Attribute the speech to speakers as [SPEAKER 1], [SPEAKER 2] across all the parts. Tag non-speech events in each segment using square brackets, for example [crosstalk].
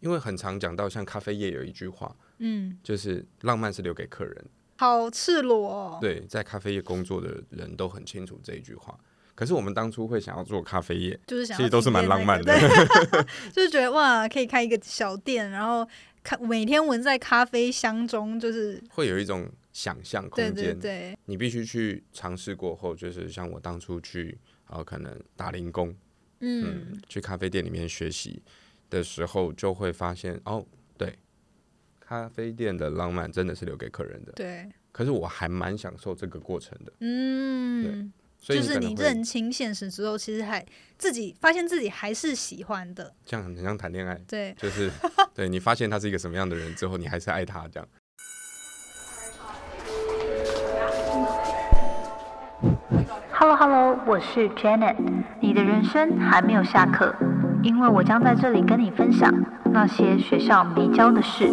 [SPEAKER 1] 因为很常讲到像咖啡业有一句话，
[SPEAKER 2] 嗯，
[SPEAKER 1] 就是浪漫是留给客人。
[SPEAKER 2] 好赤裸、哦。
[SPEAKER 1] 对，在咖啡业工作的人都很清楚这一句话。可是我们当初会想要做咖啡业，
[SPEAKER 2] 就是想要
[SPEAKER 1] 其实都是蛮浪漫的
[SPEAKER 2] 体验那个，对 [laughs] 就是觉得哇，可以开一个小店，然后看每天闻在咖啡香中，就是
[SPEAKER 1] [laughs] 会有一种想象空
[SPEAKER 2] 对
[SPEAKER 1] 间。
[SPEAKER 2] 对对，
[SPEAKER 1] 你必须去尝试过后，就是像我当初去呃，可能打零工，
[SPEAKER 2] 嗯，
[SPEAKER 1] 去咖啡店里面学习的时候，就会发现哦，对，咖啡店的浪漫真的是留给客人的。
[SPEAKER 2] 对，
[SPEAKER 1] 可是我还蛮享受这个过程的，
[SPEAKER 2] 嗯，
[SPEAKER 1] 所以
[SPEAKER 2] 就是
[SPEAKER 1] 可
[SPEAKER 2] 你
[SPEAKER 1] 能会
[SPEAKER 2] 认清现实之后，其实还自己发现自己还是喜欢的，
[SPEAKER 1] 这样很像谈
[SPEAKER 2] [laughs]
[SPEAKER 1] 恋爱，
[SPEAKER 2] 对，
[SPEAKER 1] 就是对你发现他是一个什么样的人之后，你还是爱他这样。
[SPEAKER 3] Hello Hello，我是 Janet，你的人生还没有下课，因为我将在这里跟你分享那些学校没教的事。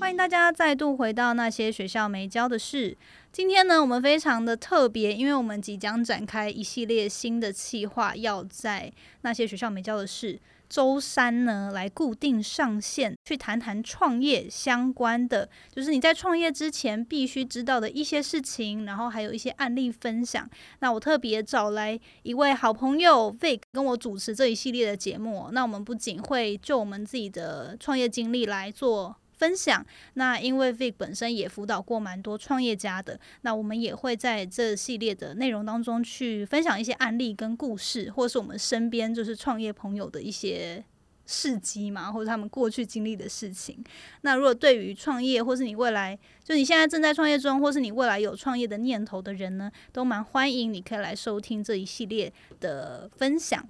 [SPEAKER 2] 欢迎大家再度回到那些学校没教的事。今天呢，我们非常的特别，因为我们即将展开一系列新的企划，要在那些学校没教的事周三呢来固定上线，去谈谈创业相关的，就是你在创业之前必须知道的一些事情，然后还有一些案例分享。那我特别找来一位好朋友 Vic 跟我主持这一系列的节目哦。那我们不仅会就我们自己的创业经历来做分享。那因为 Vic 本身也辅导过蛮多创业家的，那我们也会在这系列的内容当中去分享一些案例跟故事，或是我们身边就是创业朋友的一些事迹嘛，或者他们过去经历的事情。那如果对于创业，或是你未来，就你现在正在创业中，或是你未来有创业的念头的人呢，都蛮欢迎你可以来收听这一系列的分享。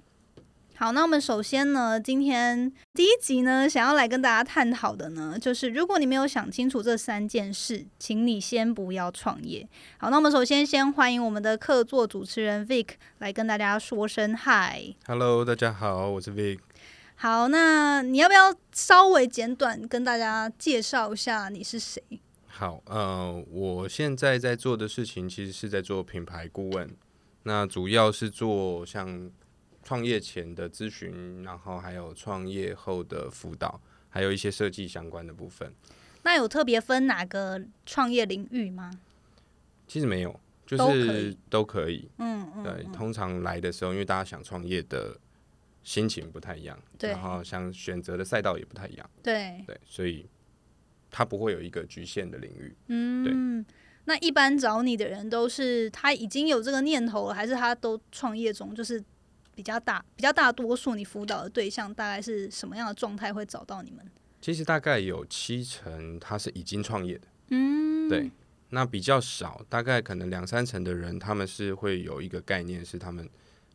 [SPEAKER 2] 好，那我们首先呢，今天第一集呢，想要来跟大家探讨的呢，就是如果你没有想清楚这三件事，请你先不要创业。好，那我们首先先欢迎我们的客座主持人 Vic 来跟大家说声嗨。
[SPEAKER 1] Hello，大家好，我是 Vic。
[SPEAKER 2] 好，那嗯你要不要稍微简短跟大家介绍一下你是谁？
[SPEAKER 1] 好，呃，我现在在做的事情其实是在做品牌顾问，那主要是做像创业前的咨询，然后还有创业后的辅导，还有一些设计相关的部分。
[SPEAKER 2] 那有特别分哪个创业领域吗？
[SPEAKER 1] 其实没有，就
[SPEAKER 2] 都可
[SPEAKER 1] 是
[SPEAKER 2] 以
[SPEAKER 1] 都可以。
[SPEAKER 2] 嗯嗯，
[SPEAKER 1] 对，通常来的时候，因为大家想创业的心情不太一样，
[SPEAKER 2] 对
[SPEAKER 1] 然后想选择的赛道也不太一样，
[SPEAKER 2] 对，
[SPEAKER 1] 对，所以它不会有一个局限的领域。
[SPEAKER 2] 嗯。那一般找你的人都是他已经有这个念头了，还是他都创业中？就是比较大、比较大多数你辅导的对象大概是什么样的状态会找到你们？
[SPEAKER 1] 其实大概有七成他是已经创业的，
[SPEAKER 2] 嗯，
[SPEAKER 1] 对，那比较少，大概可能两三成的人，他们是会有一个概念，是他们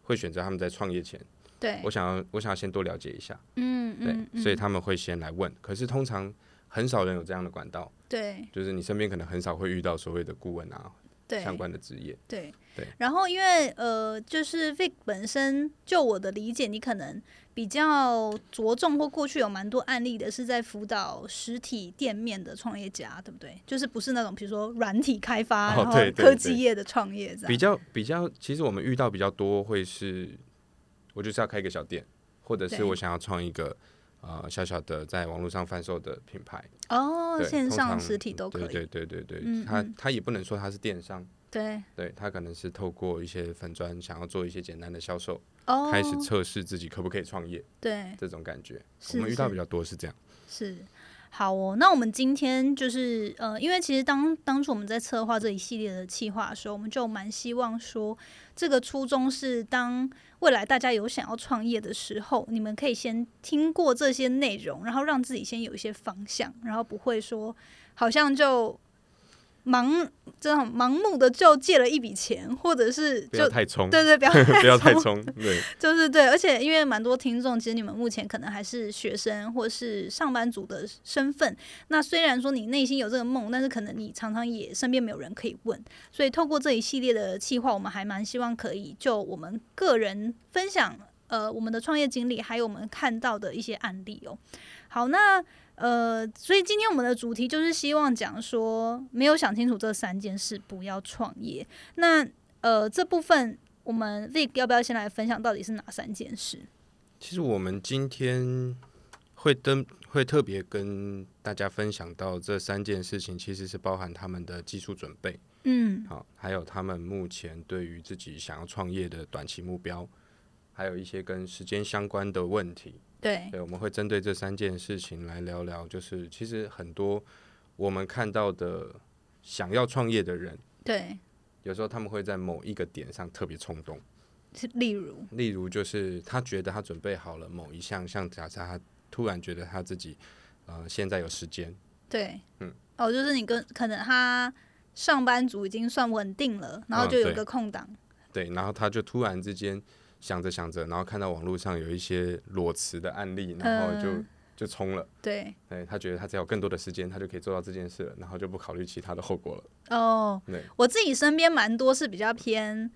[SPEAKER 1] 会选择他们在创业前，
[SPEAKER 2] 对
[SPEAKER 1] 我，想要我想要先多了解一下，
[SPEAKER 2] 嗯
[SPEAKER 1] 对，
[SPEAKER 2] 嗯，嗯
[SPEAKER 1] 所以他们会先来问。可是通常很少人有这样的管道，
[SPEAKER 2] 对
[SPEAKER 1] 就是你身边可能很少会遇到所谓的顾问啊
[SPEAKER 2] 对
[SPEAKER 1] 相关的职业。
[SPEAKER 2] 对
[SPEAKER 1] 对
[SPEAKER 2] 然后因为呃，就是 Vic 本身，就我的理解，你可能比较着重或过去有蛮多案例的是在辅导实体店面的创业家，对不对？就是不是那种比如说软体开
[SPEAKER 1] 哦
[SPEAKER 2] 发，然后
[SPEAKER 1] 对对
[SPEAKER 2] 科技
[SPEAKER 1] 对
[SPEAKER 2] 业的创业这样。
[SPEAKER 1] 比较比较，其实我们遇到比较多会是，我就是要开一个小店，或者是
[SPEAKER 2] 对
[SPEAKER 1] 我想要创一个呃小小的在网络上贩售的品牌，
[SPEAKER 2] 哦，
[SPEAKER 1] 对，
[SPEAKER 2] 线
[SPEAKER 1] 通
[SPEAKER 2] 上
[SPEAKER 1] 常
[SPEAKER 2] 实体都可以。
[SPEAKER 1] 对对对对
[SPEAKER 2] 嗯
[SPEAKER 1] 对，它
[SPEAKER 2] 嗯
[SPEAKER 1] 它也不能说它是电商，
[SPEAKER 2] 对
[SPEAKER 1] 对，它可能是透过一些粉砖想要做一些简单的销售，
[SPEAKER 2] 哦，
[SPEAKER 1] 开始测试自己可不可以创业
[SPEAKER 2] 对
[SPEAKER 1] 这种感觉。我
[SPEAKER 2] 是
[SPEAKER 1] 们遇到
[SPEAKER 2] 是
[SPEAKER 1] 比较多是这样，
[SPEAKER 2] 是。好哦，那我们今天就是呃，因为其实当当初我们在策划这一系列的计划的时候，我们就蛮希望说，这个初衷是当未来大家有想要创业的时候，你们可以先听过这些内容，然后让自己先有一些方向，然后不会说好像就盲这种盲目的就借了一笔钱，或者是
[SPEAKER 1] 不
[SPEAKER 2] 就
[SPEAKER 1] 要太冲，
[SPEAKER 2] 对对不要
[SPEAKER 1] [laughs] 不要太
[SPEAKER 2] 冲
[SPEAKER 1] 冲，对，
[SPEAKER 2] 就是对，而且因为蛮多听众，其实你们目前可能还是学生或是上班族的身份。那虽然说你内心有这个梦，但是可能你常常也身边没有人可以问。所以透过这一系列的计划，我们还蛮希望可以就我们个人分享，呃，我们的创业经历，还有我们看到的一些案例哦。好，那呃，所以今天我们的主题就是希望讲说，没有想清楚这三件事，不要创业。那呃，这部分我们 Vic 要不要先来分享到底是哪三件事？
[SPEAKER 1] 其实我们今天会登会特别跟大家分享到这三件事情，其实是包含他们的技术准备，
[SPEAKER 2] 嗯
[SPEAKER 1] 好、还有他们目前对于自己想要创业的短期目标，还有一些跟时间相关的问题。
[SPEAKER 2] 对，
[SPEAKER 1] 对，我们会针对这三件事情来聊聊，就是其实很多我们看到的想要创业的人，
[SPEAKER 2] 对，
[SPEAKER 1] 有时候他们会在某一个点上特别冲动，
[SPEAKER 2] 是例如，
[SPEAKER 1] 例如就是他觉得他准备好了某一项，像假设他突然觉得他自己呃现在有时间，
[SPEAKER 2] 对，
[SPEAKER 1] 嗯，
[SPEAKER 2] 哦，就是你跟可能他上班族已经算稳定了，然后
[SPEAKER 1] 嗯
[SPEAKER 2] 就有
[SPEAKER 1] 对
[SPEAKER 2] 个空档，
[SPEAKER 1] 对，然后他就突然之间想着想着，然后看到网络上有一些裸辞的案例，然后就、
[SPEAKER 2] 嗯
[SPEAKER 1] 就冲了，
[SPEAKER 2] 对，
[SPEAKER 1] 对他觉得他只要有更多的时间，他就可以做到这件事了，然后就不考虑其他的后果了，
[SPEAKER 2] 哦
[SPEAKER 1] 对，
[SPEAKER 2] 我自己身边蛮多是比较偏，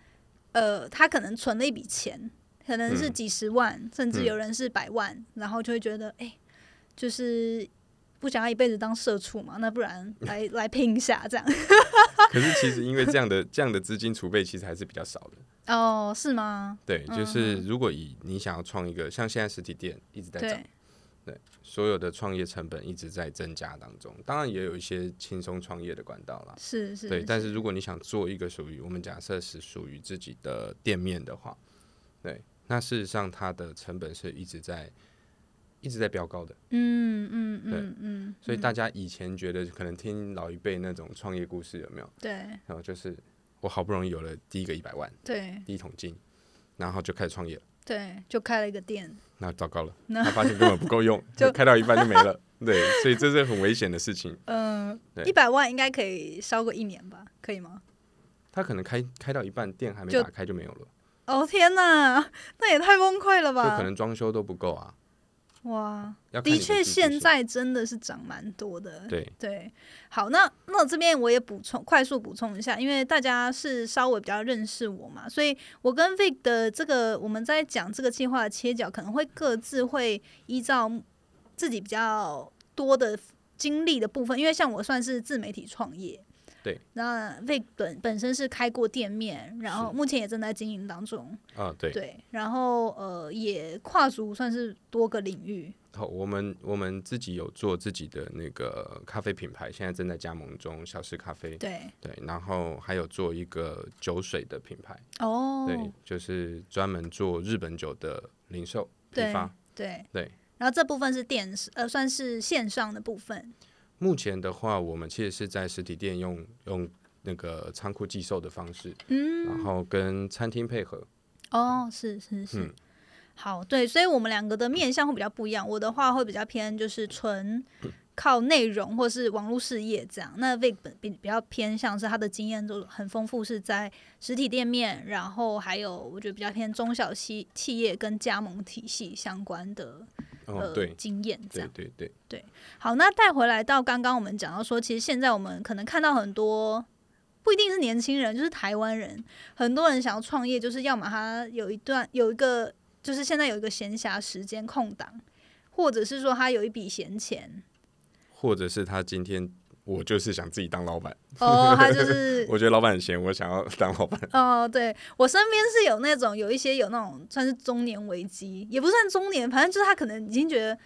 [SPEAKER 2] 呃，他可能存了一笔钱，可能是
[SPEAKER 1] 嗯
[SPEAKER 2] 几十万，甚至
[SPEAKER 1] 嗯
[SPEAKER 2] 有人是百万，然后就会觉得，哎、就是不想要一辈子当社畜嘛，那不然
[SPEAKER 1] [laughs]
[SPEAKER 2] 来来拼一下这样。啊
[SPEAKER 1] 可是其实因为这样的 [laughs] 这样的资金储备其实还是比较少的。
[SPEAKER 2] 哦，是吗？
[SPEAKER 1] 对，就是如果以你想要创一个，像现在实体店一直在涨
[SPEAKER 2] 对，，
[SPEAKER 1] 所有的创业成本一直在增加当中。当然也有一些轻松创业的管道啦。
[SPEAKER 2] 是是，
[SPEAKER 1] 对，但是如果你想做一个属于我们假设是属于自己的店面的话，对，那事实上它的成本是一直在一直在飙高的。
[SPEAKER 2] 嗯嗯
[SPEAKER 1] 对
[SPEAKER 2] 嗯嗯，
[SPEAKER 1] 所以大家以前觉得可能听老一辈那种创业故事有没有？
[SPEAKER 2] 对
[SPEAKER 1] 然后就是我好不容易有了第一个一百万，
[SPEAKER 2] 对
[SPEAKER 1] 第一桶金，然后就开始创业了。
[SPEAKER 2] 对，就开了一个店，
[SPEAKER 1] 那糟糕了，
[SPEAKER 2] 那
[SPEAKER 1] 他发现根本不够用，
[SPEAKER 2] [laughs] 就
[SPEAKER 1] 就开到一半就没了。对，所以这是很危险的事情。
[SPEAKER 2] 嗯、
[SPEAKER 1] 对
[SPEAKER 2] 一百万应该可以烧个一年吧？可以吗？
[SPEAKER 1] 他可能开开到一半，店还没
[SPEAKER 2] 就
[SPEAKER 1] 打开就没有了，
[SPEAKER 2] 哦天哪，那也太崩溃了
[SPEAKER 1] 就
[SPEAKER 2] 吧！
[SPEAKER 1] 可能装修都不够啊。
[SPEAKER 2] 啊哇，
[SPEAKER 1] 要看你技
[SPEAKER 2] 的确，
[SPEAKER 1] 术
[SPEAKER 2] 现
[SPEAKER 1] 性
[SPEAKER 2] 在真的是涨蛮多的。
[SPEAKER 1] 对
[SPEAKER 2] 好，那那这边我也补充，快速补充一下，因为大家是稍微比较认识我嘛，所以我跟 Vic 的这个我们在讲这个计划的切角，可能会各自会依照自己比较多的经历的部分，因为像我算是自媒体创业。
[SPEAKER 1] 对，
[SPEAKER 2] 那 Vic 本本身是开过店面，然后
[SPEAKER 1] 是
[SPEAKER 2] 目前也正在经营当中，
[SPEAKER 1] 啊，对。
[SPEAKER 2] 对，然后呃也跨足算是多个领域，
[SPEAKER 1] 好，我们我们自己有做自己的那个咖啡品牌，现在正在加盟中，小时咖啡。
[SPEAKER 2] 对，
[SPEAKER 1] 对，然后还有做一个酒水的品牌，
[SPEAKER 2] 哦，
[SPEAKER 1] 对，就是专门做日本酒的零售批
[SPEAKER 2] 对
[SPEAKER 1] 发。
[SPEAKER 2] 对
[SPEAKER 1] 对。
[SPEAKER 2] 然后这部分是电视，呃，算是线上的部分。
[SPEAKER 1] 目前的话，我们其实是在实体店用用那个仓库寄售的方式，
[SPEAKER 2] 嗯，
[SPEAKER 1] 然后跟餐厅配合。
[SPEAKER 2] 哦，是是是。
[SPEAKER 1] 嗯
[SPEAKER 2] 好，对，所以我们两个的面向会比较不一样。我的话会比较偏就是纯
[SPEAKER 1] 嗯
[SPEAKER 2] 靠内容或是网络事业这样。那 Vic 本比比较偏向是他的经验都很丰富，是在实体店面，然后还有我觉得比较偏中小企企业跟加盟体系相关的
[SPEAKER 1] 哦，
[SPEAKER 2] 呃、
[SPEAKER 1] 对，
[SPEAKER 2] 经验这样
[SPEAKER 1] 对。对对，
[SPEAKER 2] 好，那带回来到刚刚我们讲到说，其实现在我们可能看到很多，不一定是年轻人，就是台湾人，很多人想要创业，就是要么他有一段有一个，就是现在有一个闲暇时间空档，或者是说他有一笔闲钱，
[SPEAKER 1] 或者是他今天我就是想自己当老板，
[SPEAKER 2] 哦，
[SPEAKER 1] [laughs]
[SPEAKER 2] 他就是
[SPEAKER 1] 我觉得老板很闲，我想要当老板。
[SPEAKER 2] 哦，对我身边是有那种有一些有那种算是中年危机，也不算中年，反正就是他可能已经觉得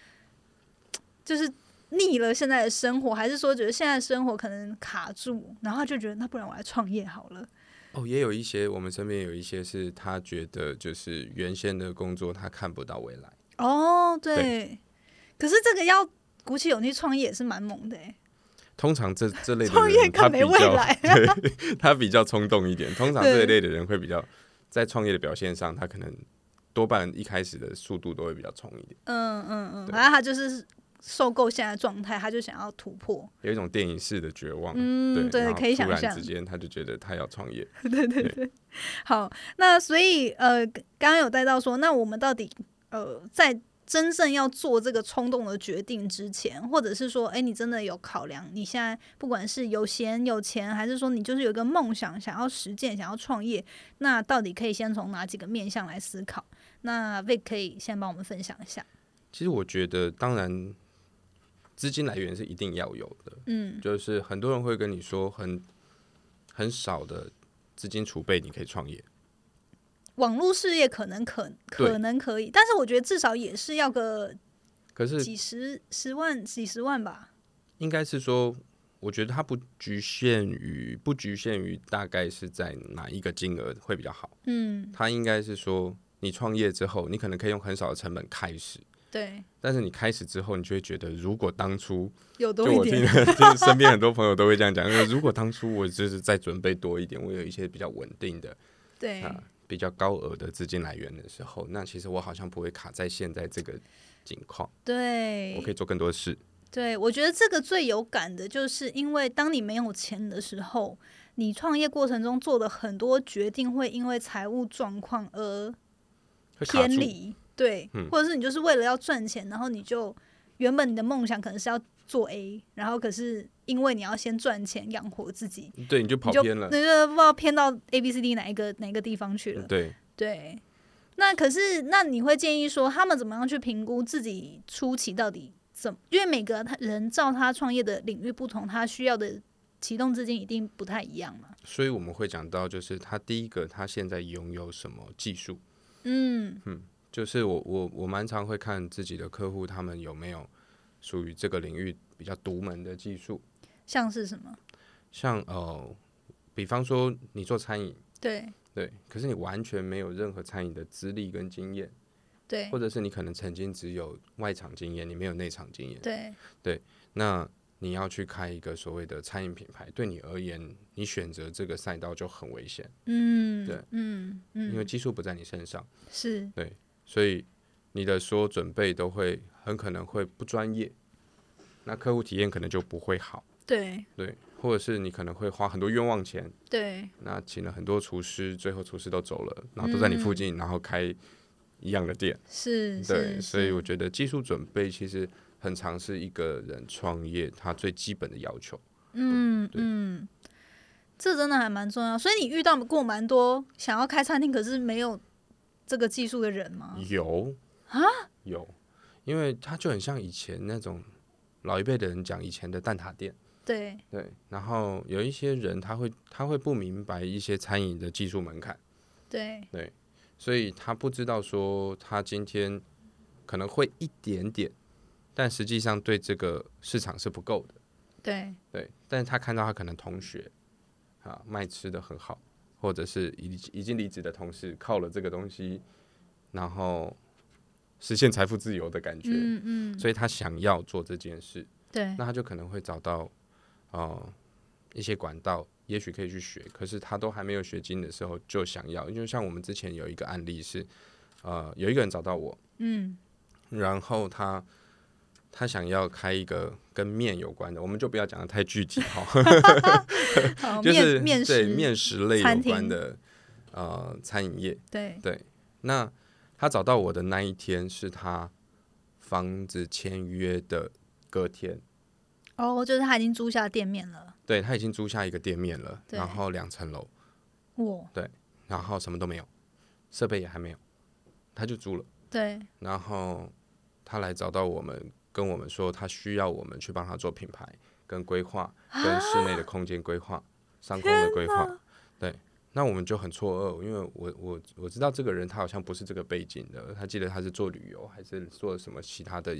[SPEAKER 2] 就是腻了现在的生活，还是说觉得现在的生活可能卡住，然后他就觉得那不然我来创业好了。
[SPEAKER 1] 哦，也有一些我们身边有一些是他觉得就是原先的工作他看不到未来，
[SPEAKER 2] 哦，对，可是这个要鼓起勇气创业也是蛮猛的哎、
[SPEAKER 1] 通常这这类的
[SPEAKER 2] 创业
[SPEAKER 1] 人他
[SPEAKER 2] 更
[SPEAKER 1] 比
[SPEAKER 2] 没未
[SPEAKER 1] 较
[SPEAKER 2] 来。
[SPEAKER 1] [laughs] 他比较冲动一点，通常
[SPEAKER 2] 对
[SPEAKER 1] 这一类的人会比较在创业的表现上，他可能多半一开始的速度都会比较冲一点。
[SPEAKER 2] 嗯嗯嗯，
[SPEAKER 1] 对
[SPEAKER 2] 反正他就是受够现在的状态，他就想要突破。
[SPEAKER 1] 有一种电影式的绝望。
[SPEAKER 2] 嗯，
[SPEAKER 1] 然
[SPEAKER 2] 对，
[SPEAKER 1] 后
[SPEAKER 2] 可以想
[SPEAKER 1] 突然
[SPEAKER 2] 象
[SPEAKER 1] 之。间他就觉得他要创业。
[SPEAKER 2] 对对对，好，那所以呃，刚刚有带到说，那我们到底呃，在真正要做这个冲动的决定之前，或者是说，哎，你真的有考量，你现在不管是有闲有钱，还是说你就是有一个梦想想要实践、想要创业，那到底可以先从哪几个面向来思考？那 Vic 可以先帮我们分享一下。
[SPEAKER 1] 其实我觉得，当然资金来源是一定要有的，
[SPEAKER 2] 嗯
[SPEAKER 1] 就是很多人会跟你说很很少的资金储备你可以创业，
[SPEAKER 2] 网络事业可能可可
[SPEAKER 1] 对
[SPEAKER 2] 能可以，但是我觉得至少也是要个
[SPEAKER 1] 可是
[SPEAKER 2] 几十十万几十万吧。
[SPEAKER 1] 应该是说，我觉得它不局限于不局限于大概是在哪一个金额会比较好，
[SPEAKER 2] 嗯，
[SPEAKER 1] 它应该是说你创业之后，你可能可以用很少的成本开始。
[SPEAKER 2] 对，
[SPEAKER 1] 但是你开始之后，你就会觉得，如果当初
[SPEAKER 2] 有
[SPEAKER 1] 就
[SPEAKER 2] 多一
[SPEAKER 1] 我听
[SPEAKER 2] 点。 [laughs]
[SPEAKER 1] 了，就是身边很多朋友都会这样讲，就是如果当初我就是再准备多一点，我有一些比较稳定的、
[SPEAKER 2] 对，
[SPEAKER 1] 啊比较高额的资金来源的时候，那其实我好像不会卡在现在这个境况，我
[SPEAKER 2] 对
[SPEAKER 1] 可，以做更多事。
[SPEAKER 2] 对，我觉得这个最有感的，就是因为当你没有钱的时候，你创业过程中做的很多决定会因为财务状况而
[SPEAKER 1] 会卡
[SPEAKER 2] 偏
[SPEAKER 1] 住。
[SPEAKER 2] 离，对，
[SPEAKER 1] 嗯
[SPEAKER 2] 或者是你就是为了要赚钱，然后你就原本你的梦想可能是要做 A，然后可是因为你要先赚钱养活自己，
[SPEAKER 1] 对，你就跑
[SPEAKER 2] 你就
[SPEAKER 1] 偏了。嗯
[SPEAKER 2] 你就不知道偏到 A、B、C、D 哪一个哪一个地方去了。
[SPEAKER 1] 对，
[SPEAKER 2] 对，那可是那你会建议说他们怎么样去评估自己初期到底怎么？因为每个他人照他创业的领域不同，他需要的启动资金一定不太一样嘛。
[SPEAKER 1] 所以我们会讲到，就是他第一个，他现在拥有什么技术，
[SPEAKER 2] 嗯，
[SPEAKER 1] 就是我我我蛮常会看自己的客户他们有没有属于这个领域比较独门的技术，
[SPEAKER 2] 像是什么？
[SPEAKER 1] 像呃，比方说你做餐饮，
[SPEAKER 2] 对
[SPEAKER 1] 对，可是你完全没有任何餐饮的资历跟经验，
[SPEAKER 2] 对
[SPEAKER 1] 或者是你可能曾经只有外场经验，你没有内场经验，
[SPEAKER 2] 对，
[SPEAKER 1] 那你要去开一个所谓的餐饮品牌，对你而言，你选择这个赛道就很危险，
[SPEAKER 2] 嗯，
[SPEAKER 1] 对
[SPEAKER 2] 嗯
[SPEAKER 1] 因为
[SPEAKER 2] 嗯，
[SPEAKER 1] 技术不在你身上。
[SPEAKER 2] 是
[SPEAKER 1] 所以你的所有准备都会很可能会不专业，那客户体验可能就不会好，
[SPEAKER 2] 对
[SPEAKER 1] 对，或者是你可能会花很多冤枉钱，
[SPEAKER 2] 对
[SPEAKER 1] 那请了很多厨师，最后厨师都走了，然后都在你附近，然后开一样的店，
[SPEAKER 2] 是，
[SPEAKER 1] 对，
[SPEAKER 2] 是
[SPEAKER 1] 所以
[SPEAKER 2] 是
[SPEAKER 1] 我觉得技术准备其实很常是一个人创业他最基本的要求。
[SPEAKER 2] 嗯
[SPEAKER 1] 对
[SPEAKER 2] 嗯，这真的还蛮重要。所以你遇到过蛮多想要开餐厅可是没有这个技术的人吗？
[SPEAKER 1] 嗯有啊，有，因为它就很像以前那种老一辈的人讲以前的蛋挞店。
[SPEAKER 2] 对，
[SPEAKER 1] 对，然后有一些人他会他会不明白一些餐饮的技术门槛，
[SPEAKER 2] 对，
[SPEAKER 1] 所以他不知道说他今天可能会一点点，但实际上对这个市场是不够的。
[SPEAKER 2] 对，
[SPEAKER 1] 对，但是他看到他可能同学啊卖吃的很好，或者是已已经离职的同事靠了这个东西，然后实现财富自由的感觉，
[SPEAKER 2] 嗯嗯，
[SPEAKER 1] 所以他想要做这件事。
[SPEAKER 2] 对，
[SPEAKER 1] 那他就可能会找到呃一些管道，也许可以去学。可是他都还没有学精的时候就想要，因为像我们之前有一个案例是，呃，有一个人找到我，
[SPEAKER 2] 嗯，
[SPEAKER 1] 然后他他想要开一个跟面有关的，我们就不要讲的太具体哈，
[SPEAKER 2] 好，
[SPEAKER 1] 就是
[SPEAKER 2] 哦面面
[SPEAKER 1] 对
[SPEAKER 2] 食，
[SPEAKER 1] 面食类
[SPEAKER 2] 餐
[SPEAKER 1] 有关
[SPEAKER 2] 厅
[SPEAKER 1] 的呃餐饮业。
[SPEAKER 2] 对，
[SPEAKER 1] 对，那他找到我的那一天是他房子签约的隔天。
[SPEAKER 2] 哦，就是他已经租下店面了，
[SPEAKER 1] 对他已经租下一个店面了，
[SPEAKER 2] 对
[SPEAKER 1] 然后两层楼，
[SPEAKER 2] 哇，
[SPEAKER 1] 然后什么都没有，设备也还没有，他就租了。
[SPEAKER 2] 对，
[SPEAKER 1] 然后他来找到我们，跟我们说他需要我们去帮他做品牌跟规划，跟室内的空间规划、商空的规划。对，那我们就很错愕，因为我我我知道这个人他好像不是这个背景的，他记得他是做旅游还是做什么其他的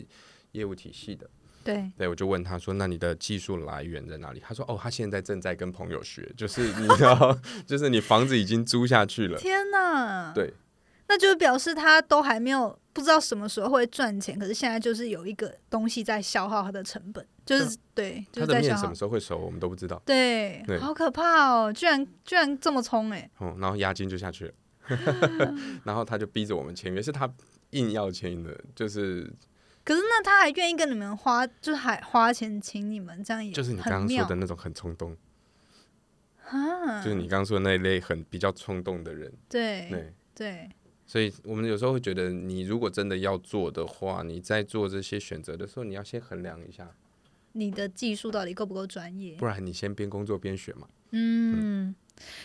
[SPEAKER 1] 业务体系的。
[SPEAKER 2] 对，
[SPEAKER 1] 对，我就问他说：“那你的技术来源在哪里？”他说：“哦，他现在正在跟朋友学，就是你知道， [laughs] 就是你房子已经租下去了。
[SPEAKER 2] 天哪，
[SPEAKER 1] 对，
[SPEAKER 2] 那就表示他都还没有不知道什么时候会赚钱，可是现在就是有一个东西在消耗他的成本，就是对，就
[SPEAKER 1] 他
[SPEAKER 2] 是
[SPEAKER 1] 的
[SPEAKER 2] 在消
[SPEAKER 1] 面什
[SPEAKER 2] 耗
[SPEAKER 1] 么，时候会熟，我们都不知道。
[SPEAKER 2] 对，
[SPEAKER 1] 对
[SPEAKER 2] 好可怕哦，居然居然这么冲哎，
[SPEAKER 1] 哦、然后押金就下
[SPEAKER 2] [laughs]
[SPEAKER 1] 去了，然后他就逼着我们签约，是他硬要签的，就是
[SPEAKER 2] 可是那他还愿意跟你们花，就是还花钱请你们，这样也
[SPEAKER 1] 就是你
[SPEAKER 2] 很
[SPEAKER 1] 刚刚说
[SPEAKER 2] 妙
[SPEAKER 1] 的那种很冲动，
[SPEAKER 2] 啊，
[SPEAKER 1] 就是你刚刚说的那一类很比较冲动的人。
[SPEAKER 2] 对
[SPEAKER 1] 对，
[SPEAKER 2] 对
[SPEAKER 1] 所以我们有时候会觉得，你如果真的要做的话，你在做这些选择的时候，你要先衡量一下，
[SPEAKER 2] 你的技术到底够不够专业？
[SPEAKER 1] 不然你先边工作边学嘛。
[SPEAKER 2] 嗯，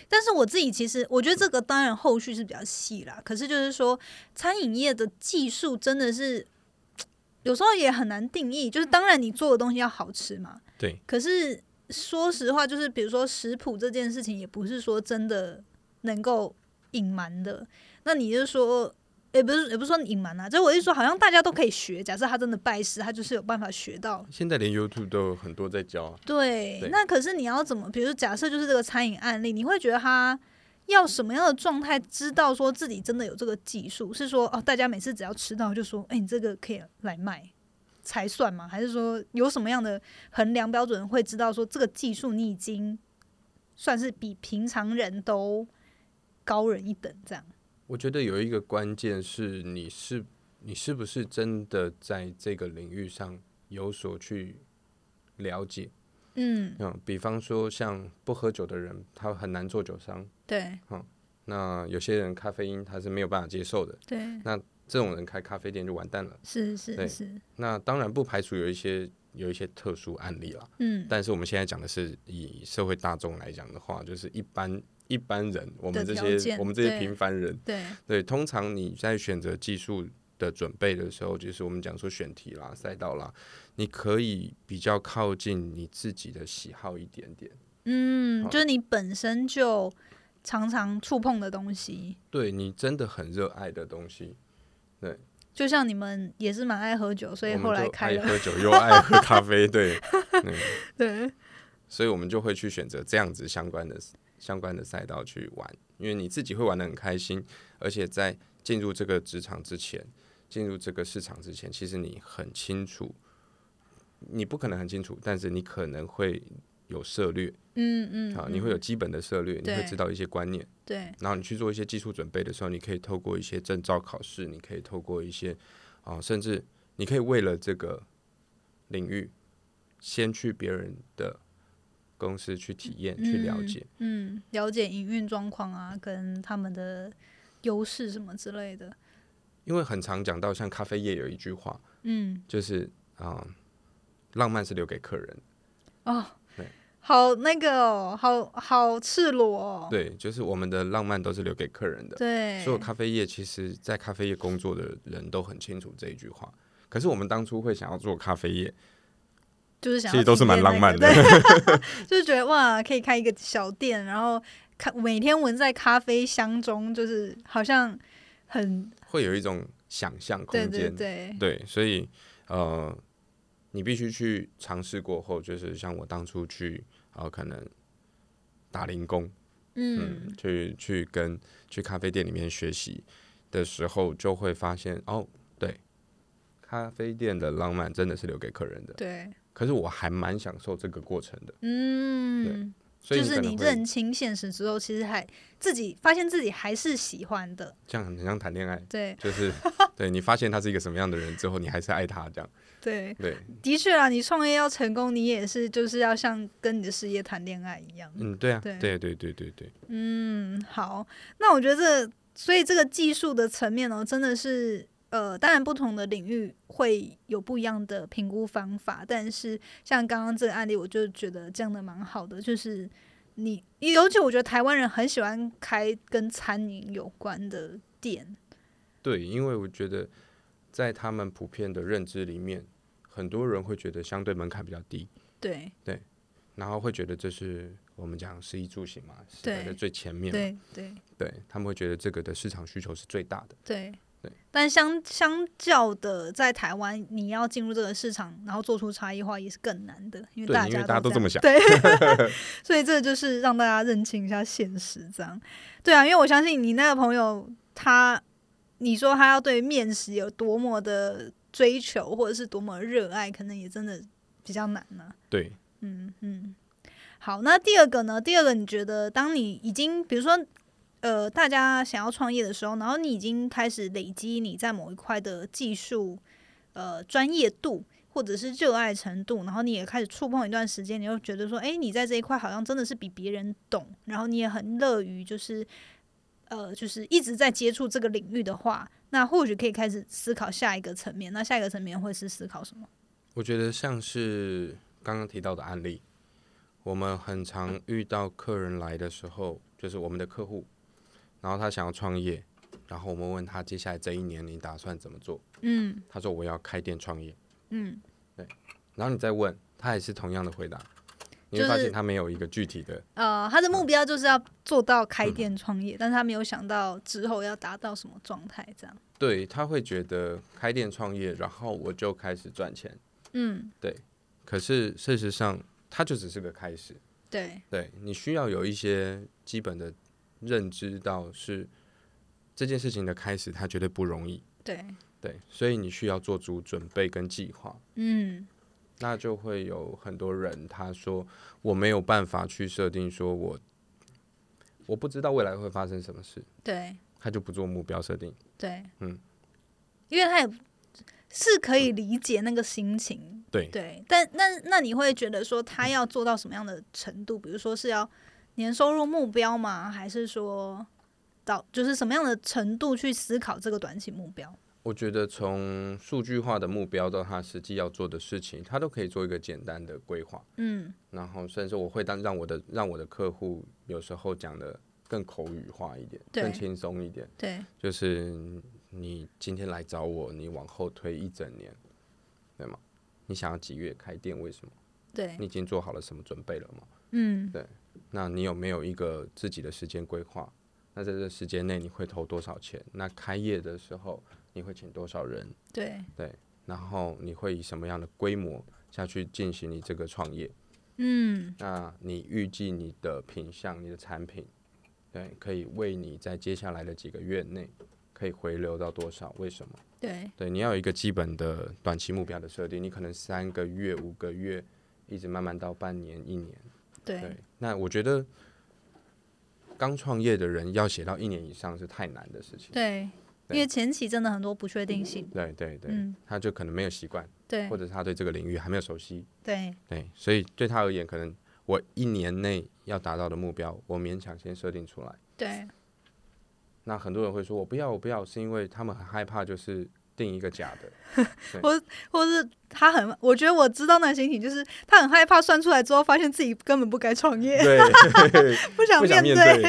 [SPEAKER 2] 但是我自己其实我觉得这个当然后续是比较细啦，可是就是说餐饮业的技术真的是有时候也很难定义。就是当然你做的东西要好吃嘛，
[SPEAKER 1] 对。
[SPEAKER 2] 可是说实话，就是比如说食谱这件事情，也不是说真的能够隐瞒的。那你就说，也不是也不是说你隐瞒啊，就是我是说，好像大家都可以学。假设他真的拜师，他就是有办法学到。
[SPEAKER 1] 现在连 YouTube 都有很多在教啊，
[SPEAKER 2] 对，
[SPEAKER 1] 对
[SPEAKER 2] 那可是你要怎么？比如假设就是这个餐饮案例，你会觉得他要什么样的状态知道说自己真的有这个技术？是说哦，大家每次只要吃到就说，哎、你这个可以来卖才算吗？还是说有什么样的衡量标准会知道说这个技术你已经算是比平常人都高人一等这样？
[SPEAKER 1] 我觉得有一个关键是你是你是不是真的在这个领域上有所去了解。
[SPEAKER 2] 嗯，
[SPEAKER 1] 嗯，比方说像不喝酒的人，他很难做酒商。
[SPEAKER 2] 对
[SPEAKER 1] 那有些人咖啡因他是没有办法接受的，
[SPEAKER 2] 对，
[SPEAKER 1] 这种人开咖啡店就完蛋了。
[SPEAKER 2] 是
[SPEAKER 1] 对
[SPEAKER 2] 是是，
[SPEAKER 1] 那当然不排除有一些有一些特殊案例啦，
[SPEAKER 2] 嗯，
[SPEAKER 1] 但是我们现在讲的是以社会大众来讲的话，就是一般一般人，我们这
[SPEAKER 2] 的条
[SPEAKER 1] 些
[SPEAKER 2] 件
[SPEAKER 1] 我们这些
[SPEAKER 2] 对
[SPEAKER 1] 平凡人，
[SPEAKER 2] 对，
[SPEAKER 1] 对，通常你在选择技术的准备的时候，就是我们讲说选题啦、赛道啦，你可以比较靠近你自己的喜好一点点。
[SPEAKER 2] 嗯，
[SPEAKER 1] 好
[SPEAKER 2] 就是你本身就常常触碰的东西，
[SPEAKER 1] 对你真的很热爱的东西，
[SPEAKER 2] 就像你们也是蛮爱喝酒，所以
[SPEAKER 1] 我
[SPEAKER 2] 后
[SPEAKER 1] 们
[SPEAKER 2] 来
[SPEAKER 1] 就
[SPEAKER 2] 开
[SPEAKER 1] 爱
[SPEAKER 2] 了，
[SPEAKER 1] 喝酒又爱喝咖啡，对，
[SPEAKER 2] [laughs]
[SPEAKER 1] [laughs]
[SPEAKER 2] 对，
[SPEAKER 1] 所以我们就会去选择这样子相关的相关的赛道去玩，因为你自己会玩的很开心，而且在进入这个职场之前，进入这个市场之前，其实你很清楚，你不可能很清楚，但是你可能会有涉略
[SPEAKER 2] 嗯嗯，
[SPEAKER 1] 啊，
[SPEAKER 2] 嗯
[SPEAKER 1] 你会有基本的涉略，你
[SPEAKER 2] 对
[SPEAKER 1] 会知道一些观念，
[SPEAKER 2] 对，
[SPEAKER 1] 然后你去做一些技术准备的时候，你可以透过一些证照考试，你可以透过一些啊、甚至你可以为了这个领域，先去别人的公司去体验、去了
[SPEAKER 2] 嗯
[SPEAKER 1] 解。
[SPEAKER 2] 嗯，了解营运状况啊，跟他们的优势什么之类的，
[SPEAKER 1] 因为很常讲到，像咖啡业有一句话，
[SPEAKER 2] 嗯，
[SPEAKER 1] 就是啊、浪漫是留给客人。
[SPEAKER 2] 哦
[SPEAKER 1] 对，
[SPEAKER 2] 好那个哦，好好赤裸哦，
[SPEAKER 1] 对，就是我们的浪漫都是留给客人的。
[SPEAKER 2] 对
[SPEAKER 1] 所有咖啡业其实，在咖啡业工作的人都很清楚这一句话。可是我们当初会想要做咖啡业，
[SPEAKER 2] 就是想
[SPEAKER 1] 其
[SPEAKER 2] 要
[SPEAKER 1] 实都是
[SPEAKER 2] 体验
[SPEAKER 1] 蛮浪漫的
[SPEAKER 2] 那个，
[SPEAKER 1] [laughs]
[SPEAKER 2] 对 [laughs] 就是觉得哇，可以开一个小店，然后看每天闻在咖啡香中，就是好像很
[SPEAKER 1] 会有一种想象空
[SPEAKER 2] 对
[SPEAKER 1] 间。
[SPEAKER 2] 对对，
[SPEAKER 1] 对，所以呃，你必须去尝试过后，就是像我当初去呃，可能打零工，嗯，
[SPEAKER 2] 嗯
[SPEAKER 1] 去去跟去咖啡店里面学习的时候，就会发现哦，对，咖啡店的浪漫真的是留给客人的。
[SPEAKER 2] 对，
[SPEAKER 1] 可是我还蛮享受这个过程的，
[SPEAKER 2] 嗯，
[SPEAKER 1] 所以
[SPEAKER 2] 就
[SPEAKER 1] 你
[SPEAKER 2] 是
[SPEAKER 1] 可
[SPEAKER 2] 你
[SPEAKER 1] 能会
[SPEAKER 2] 认清现实之后，其实还自己发现自己还是喜欢的，
[SPEAKER 1] 这样很像谈恋爱。
[SPEAKER 2] 对
[SPEAKER 1] 就是，
[SPEAKER 2] [laughs]
[SPEAKER 1] 对你发现他是一个什么样的人之后，你还是爱他这样，
[SPEAKER 2] 对，
[SPEAKER 1] 对，
[SPEAKER 2] 的确啦，你创业要成功，你也是就是要像跟你的事业谈恋爱一样，
[SPEAKER 1] 嗯，对啊，
[SPEAKER 2] 对
[SPEAKER 1] 对对对对对，
[SPEAKER 2] 嗯，好，那我觉得这，所以这个技术的层面哦，真的是。呃，当然不同的领域会有不一样的评估方法，但是像刚刚这个案例，我就觉得这样的蛮好的，就是你，尤其我觉得台湾人很喜欢开跟餐饮有关的店，
[SPEAKER 1] 对，因为我觉得在他们普遍的认知里面，很多人会觉得相对门槛比较低，
[SPEAKER 2] 对
[SPEAKER 1] 然后会觉得这是我们讲食衣住行嘛，是摆在
[SPEAKER 2] 对
[SPEAKER 1] 最前面嘛，
[SPEAKER 2] 对对
[SPEAKER 1] 对他们会觉得这个的市场需求是最大的。
[SPEAKER 2] 对
[SPEAKER 1] 对。
[SPEAKER 2] 但相相较的，在台湾你要进入这个市场，然后做出差异化也是更难的，因为
[SPEAKER 1] 对
[SPEAKER 2] 大
[SPEAKER 1] 因
[SPEAKER 2] 家
[SPEAKER 1] 为大家都这
[SPEAKER 2] 样
[SPEAKER 1] 么想
[SPEAKER 2] 对，所以这就是让大家认清一下现实，这样。对啊，因为我相信你那个朋友，他你说他要对面食有多么的追求，或者是多么热爱，可能也真的比较难啊呢、
[SPEAKER 1] 对，
[SPEAKER 2] 嗯，嗯，好，那第二个呢？第二个，你觉得当你已经，比如说，呃，大家想要创业的时候，然后你已经开始累积你在某一块的技术，呃，专业度或者是热爱程度，然后你也开始触碰一呃段时间，你就觉得说，诶，你在这一块好像真的是比别人懂，然后你也很乐于就是。呃，就是一直在接触这个领域的话，那或许可以开始思考下一个层面。那下一个层面会是思考什么？
[SPEAKER 1] 我觉得像是刚刚提到的案例，我们很常遇到客人来的时候，就是我们的客户，然后他想要创业，然后我们问他接下来这一年你打算怎么做？
[SPEAKER 2] 嗯
[SPEAKER 1] 他说我要开店创业。
[SPEAKER 2] 嗯，
[SPEAKER 1] 然后你再问他，也是同样的回答，你
[SPEAKER 2] 就
[SPEAKER 1] 会发
[SPEAKER 2] 是
[SPEAKER 1] 现他没有一个具体的。
[SPEAKER 2] 呃，他的目标就是要做到开店创业，但是他没有想到之后要达到什么状态，这样。
[SPEAKER 1] 对他会觉得开店创业，然后我就开始赚钱。
[SPEAKER 2] 嗯，
[SPEAKER 1] 可是事实上，它就只是个开始。
[SPEAKER 2] 对，
[SPEAKER 1] 对你需要有一些基本的认知到是这件事情的开始，它绝对不容易。
[SPEAKER 2] 对，
[SPEAKER 1] 对，所以你需要做足准备跟计划。
[SPEAKER 2] 嗯
[SPEAKER 1] 那就会有很多人他说我没有办法去设定说我我不知道未来会发生什么事，
[SPEAKER 2] 对
[SPEAKER 1] 他就不做目标设定。
[SPEAKER 2] 对，
[SPEAKER 1] 嗯，
[SPEAKER 2] 因为他也是可以理解那个心情，
[SPEAKER 1] 对，
[SPEAKER 2] 对，但那那你会觉得说他要做到什么样的程度？比如说是要年收入目标吗？还是说到就是什么样的程度去思考这个短期目标？
[SPEAKER 1] 我觉得从数据化的目标到他实际要做的事情，他都可以做一个简单的规划。
[SPEAKER 2] 嗯
[SPEAKER 1] 然后甚至我会当让我的让我的客户有时候讲的更口语化一点，
[SPEAKER 2] 对
[SPEAKER 1] 更轻松一点。，
[SPEAKER 2] 对，
[SPEAKER 1] 就是你今天来找我，你往后推一整年，对吗？你想要几月开店？为什么？
[SPEAKER 2] 对，
[SPEAKER 1] 你已经做好了什么准备了吗？
[SPEAKER 2] 嗯
[SPEAKER 1] 那你有没有一个自己的时间规划？那在这时间内你会投多少钱？那开业的时候你会请多少人？
[SPEAKER 2] 对，
[SPEAKER 1] 然后你会以什么样的规模下去进行你这个创业？
[SPEAKER 2] 嗯
[SPEAKER 1] 那你预计你的品相、你的产品，对，可以为你在接下来的几个月内可以回流到多少？为什么？
[SPEAKER 2] 对，
[SPEAKER 1] 对，你要有一个基本的短期目标的设定，你可能三个月、五个月，一直慢慢到半年、一年。对
[SPEAKER 2] 对，，
[SPEAKER 1] 那我觉得刚创业的人要写到一年以上是太难的事情。
[SPEAKER 2] 对，因为前期真的很多不确定性，
[SPEAKER 1] 对对对，
[SPEAKER 2] 嗯
[SPEAKER 1] 他就可能没有习惯，
[SPEAKER 2] 对
[SPEAKER 1] 或者是他对这个领域还没有熟悉。
[SPEAKER 2] 对
[SPEAKER 1] 对，所以对他而言，可能我一年内要达到的目标，我勉强先设定出来。
[SPEAKER 2] 对
[SPEAKER 1] 那很多人会说我不要，我不要，是因为他们很害怕，就是定一个假
[SPEAKER 2] [laughs]
[SPEAKER 1] 的。
[SPEAKER 2] 或是他很，我觉得我知道那个心情，就是他很害怕算出来之后，发现自己根本不该创业，
[SPEAKER 1] 对，
[SPEAKER 2] [laughs] 不想
[SPEAKER 1] 不想
[SPEAKER 2] 面
[SPEAKER 1] 面
[SPEAKER 2] 对，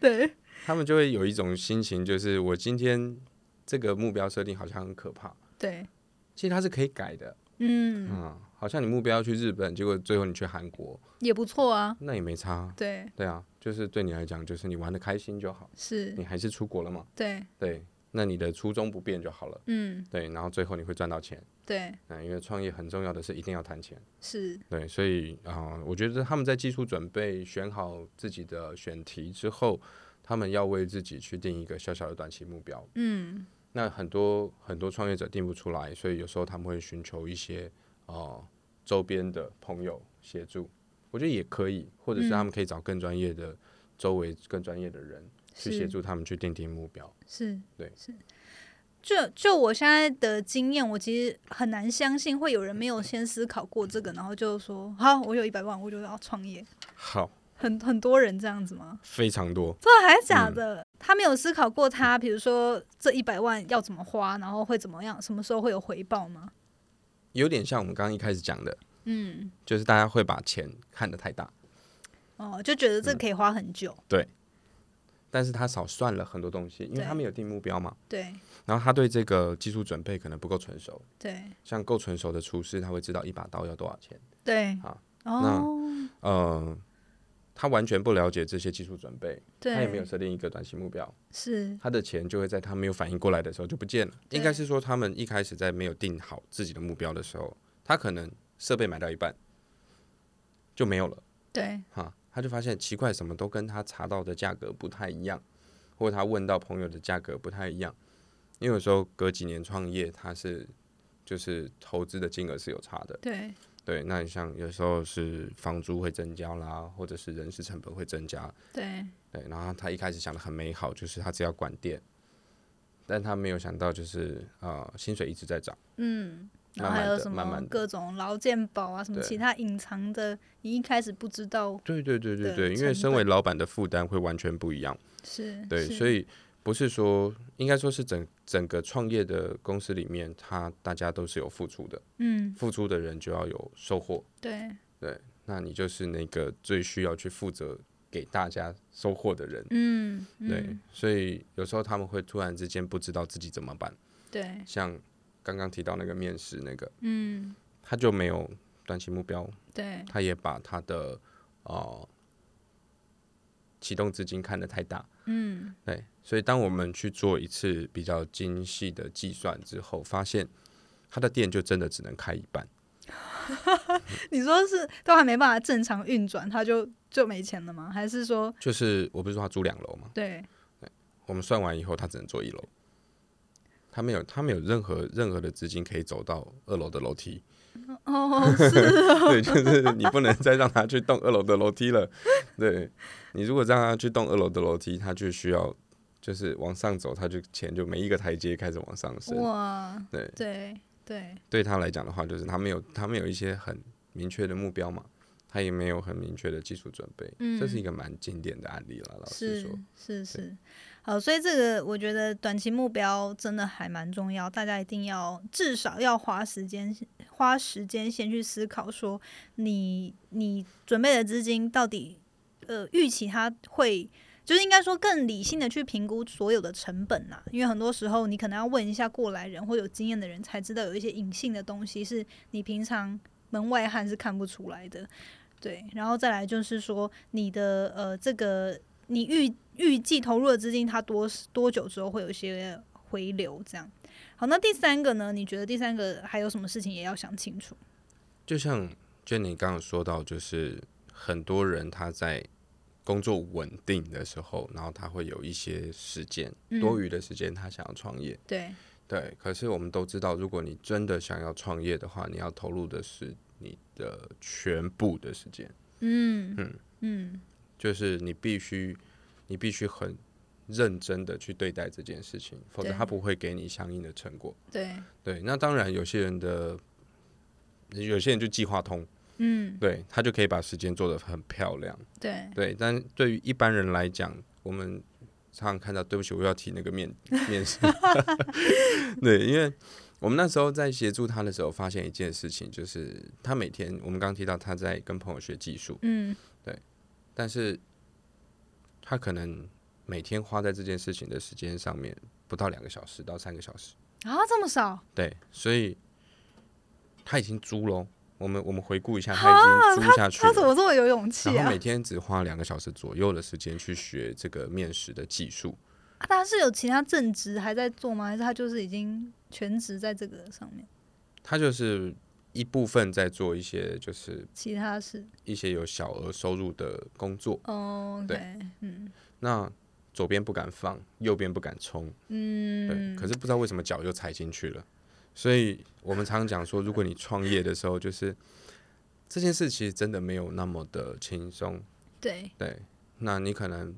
[SPEAKER 1] 对，
[SPEAKER 2] [laughs] 对
[SPEAKER 1] 他们就会有一种心情，就是我今天这个目标设定好像很可怕，
[SPEAKER 2] 对，
[SPEAKER 1] 其实它是可以改的。
[SPEAKER 2] 嗯，
[SPEAKER 1] 嗯，好像你目标要去日本，结果最后你去韩国，
[SPEAKER 2] 也不错啊，
[SPEAKER 1] 那也没差。
[SPEAKER 2] 对，
[SPEAKER 1] 对啊，就是对你来讲，就是你玩的开心就好，
[SPEAKER 2] 是
[SPEAKER 1] 你，还是出国了嘛？
[SPEAKER 2] 对，
[SPEAKER 1] 对，那你的初衷不变就好了。
[SPEAKER 2] 嗯，
[SPEAKER 1] 对，然后最后你会赚到钱。
[SPEAKER 2] 对，
[SPEAKER 1] 嗯，因为创业很重要的是一定要谈钱，
[SPEAKER 2] 是，
[SPEAKER 1] 对，所以啊、呃我觉得他们在技术准备选好自己的选题之后，他们要为自己去定一个小小的短期目标。
[SPEAKER 2] 嗯，
[SPEAKER 1] 那很多很多创业者定不出来，所以有时候他们会寻求一些呃周边的朋友协助，我觉得也可以，或者是他
[SPEAKER 2] 嗯
[SPEAKER 1] 们可以找更专业的、周围更专业的人去协
[SPEAKER 2] 是
[SPEAKER 1] 助他们去定定目标。
[SPEAKER 2] 是，
[SPEAKER 1] 对
[SPEAKER 2] 是。就就我现在的经验，我其实很难相信会有人没有先思考过这个，然后就说好，我有一百万，我就要创业。
[SPEAKER 1] 好，
[SPEAKER 2] 很很多人这样子吗？
[SPEAKER 1] 非常多，
[SPEAKER 2] 这还假
[SPEAKER 1] 嗯
[SPEAKER 2] 的？他没有思考过他，比如说这一百万要怎么花，然后会怎么样，什么时候会有回报吗？
[SPEAKER 1] 有点像我们刚刚一开始讲的，
[SPEAKER 2] 嗯，
[SPEAKER 1] 就是大家会把钱看得太大。
[SPEAKER 2] 哦，就觉得
[SPEAKER 1] 嗯
[SPEAKER 2] 这可以花很久。
[SPEAKER 1] 但是他少算了很多东西，因为
[SPEAKER 2] 对
[SPEAKER 1] 他没有定目标嘛。
[SPEAKER 2] 对
[SPEAKER 1] 然后他对这个技术准备可能不够成熟，
[SPEAKER 2] 对
[SPEAKER 1] 像够成熟的厨师，他会知道一把刀要多少钱。
[SPEAKER 2] 对
[SPEAKER 1] 好，
[SPEAKER 2] 哦，
[SPEAKER 1] 呃，他完全不了解这些技术准备，
[SPEAKER 2] 对，
[SPEAKER 1] 他也没有设定一个短期目标，
[SPEAKER 2] 是，
[SPEAKER 1] 他的钱就会在他没有反应过来的时候就不见了。
[SPEAKER 2] 对
[SPEAKER 1] 应该是说，他们一开始在没有定好自己的目标的时候，他可能设备买到一半就没有了。
[SPEAKER 2] 对
[SPEAKER 1] 哈，他就发现奇怪，什么都跟他查到的价格不太一样，或者他问到朋友的价格不太一样。因为有时候隔几年创业，他是就是投资的金额是有差的，
[SPEAKER 2] 对
[SPEAKER 1] 对。那你像有时候是房租会增加啦，或者是人事成本会增加，
[SPEAKER 2] 对
[SPEAKER 1] 对。然后他一开始想的很美好，就是他只要管店，但他没有想到就是呃薪水一直在涨，
[SPEAKER 2] 嗯，然
[SPEAKER 1] 慢
[SPEAKER 2] 后还
[SPEAKER 1] 慢
[SPEAKER 2] 有
[SPEAKER 1] 的
[SPEAKER 2] 什
[SPEAKER 1] 慢
[SPEAKER 2] 么
[SPEAKER 1] 慢的
[SPEAKER 2] 各种劳健保啊，什么
[SPEAKER 1] 对
[SPEAKER 2] 其他隐藏的，你一开始不知道
[SPEAKER 1] 对对对对
[SPEAKER 2] 的
[SPEAKER 1] 对，因为
[SPEAKER 2] 成
[SPEAKER 1] 身为
[SPEAKER 2] 本
[SPEAKER 1] 老板的负担会完全不一样。
[SPEAKER 2] 是，
[SPEAKER 1] 对，
[SPEAKER 2] 是
[SPEAKER 1] 所以不是说，应该说是整整个创业的公司里面，他大家都是有付出的，
[SPEAKER 2] 嗯，
[SPEAKER 1] 付出的人就要有收获，
[SPEAKER 2] 对
[SPEAKER 1] 那你就是那个最需要去负责给大家收获的人。
[SPEAKER 2] 嗯，嗯
[SPEAKER 1] 对，所以有时候他们会突然之间不知道自己怎么办，
[SPEAKER 2] 对，
[SPEAKER 1] 像刚刚提到那个面试那个，
[SPEAKER 2] 嗯，
[SPEAKER 1] 他就没有短期目标， [laughs]
[SPEAKER 2] 对，
[SPEAKER 1] 他也把他的呃启动资金看得太大，
[SPEAKER 2] 嗯，
[SPEAKER 1] 对，所以当我们去做一次比较精细的计算之后，发现他的店就真的只能开一半，
[SPEAKER 2] 你说是都还没办法正常运转，他就就没钱了吗？还是说，
[SPEAKER 1] 就是我不是说他租两楼吗？
[SPEAKER 2] 对，
[SPEAKER 1] 我们算完以后，他只能做一楼，他没有他没有任何任何的资金可以走到二楼的楼梯，
[SPEAKER 2] 哦，是，
[SPEAKER 1] [laughs] 对，就是你不能再让他去动二楼的楼梯了。对你如果让他去动二楼的楼梯，他就需要就是往上走，他就钱就每一个台阶开始往上升。
[SPEAKER 2] 哇，
[SPEAKER 1] 对，
[SPEAKER 2] 对，对，
[SPEAKER 1] 对他来讲的话，就是他没有他没有一些很明确的目标嘛，他也没有很明确的技术准备，这是一个蛮经典的案例了。老实
[SPEAKER 2] 嗯是
[SPEAKER 1] 说，
[SPEAKER 2] 是是，好，所以这个我觉得短期目标真的还蛮重要，大家一定要至少要花时间，花时间先去思考说你你准备的资金到底呃预期它会。就是应该说更理性的去评估所有的成本啦、因为很多时候你可能要问一下过来人或有经验的人才知道有一些隐性的东西是你平常门外汉是看不出来的，对。然后再来就是说你的呃这个你预预计投入的资金，它多多久之后会有一些回流？这样。好，那第三个呢？你觉得第三个还有什么事情也要想清楚？
[SPEAKER 1] 就像 Jenny 刚刚有说到，就是很多人他在工作稳定的时候，然后他会有一些时间、
[SPEAKER 2] 嗯
[SPEAKER 1] 多余的时间，他想要创业。
[SPEAKER 2] 对，
[SPEAKER 1] 对，可是我们都知道，如果你真的想要创业的话，你要投入的是你的全部的时间，
[SPEAKER 2] 嗯嗯嗯
[SPEAKER 1] 就是你必须，你必须很认真的去对待这件事情，否则
[SPEAKER 2] 对
[SPEAKER 1] 他不会给你相应的成果。
[SPEAKER 2] 对，
[SPEAKER 1] 对，那当然有些人的，有些人就计划通，
[SPEAKER 2] 嗯
[SPEAKER 1] 对他就可以把时间做得很漂亮。
[SPEAKER 2] 对，
[SPEAKER 1] 对，但对于一般人来讲，我们常常看到，对不起，我又要提那个面面试， [laughs] 对，因为我们那时候在协助他的时候，发现一件事情，就是他每天，我们刚刚提到他在跟朋友学技术，
[SPEAKER 2] 嗯
[SPEAKER 1] 但是他可能每天花在这件事情的时间上面不到两个小时到三个小时，
[SPEAKER 2] 啊，这么少，
[SPEAKER 1] 对，所以他已经租喽。我们我们回顾一下，他已经租下去了。
[SPEAKER 2] 啊他怎么这么有勇气
[SPEAKER 1] 然
[SPEAKER 2] 啊
[SPEAKER 1] 后每？天只花两个小时左右的时间去学这个面食的技术。
[SPEAKER 2] 啊他是有其他正职还在做吗？还是他就是已经全职在这个上面？
[SPEAKER 1] 他就是一部分在做一些就是
[SPEAKER 2] 其他是
[SPEAKER 1] 一些有小额收入的工作。
[SPEAKER 2] 哦
[SPEAKER 1] 对
[SPEAKER 2] ，OK，嗯
[SPEAKER 1] 那左边不敢放，右边不敢冲，对。
[SPEAKER 2] 嗯，
[SPEAKER 1] 可是不知道为什么脚又踩进去了。所以我们常常讲说，如果你创业的时候，就是这件事其实真的没有那么的轻松。
[SPEAKER 2] 对
[SPEAKER 1] 对，那你可能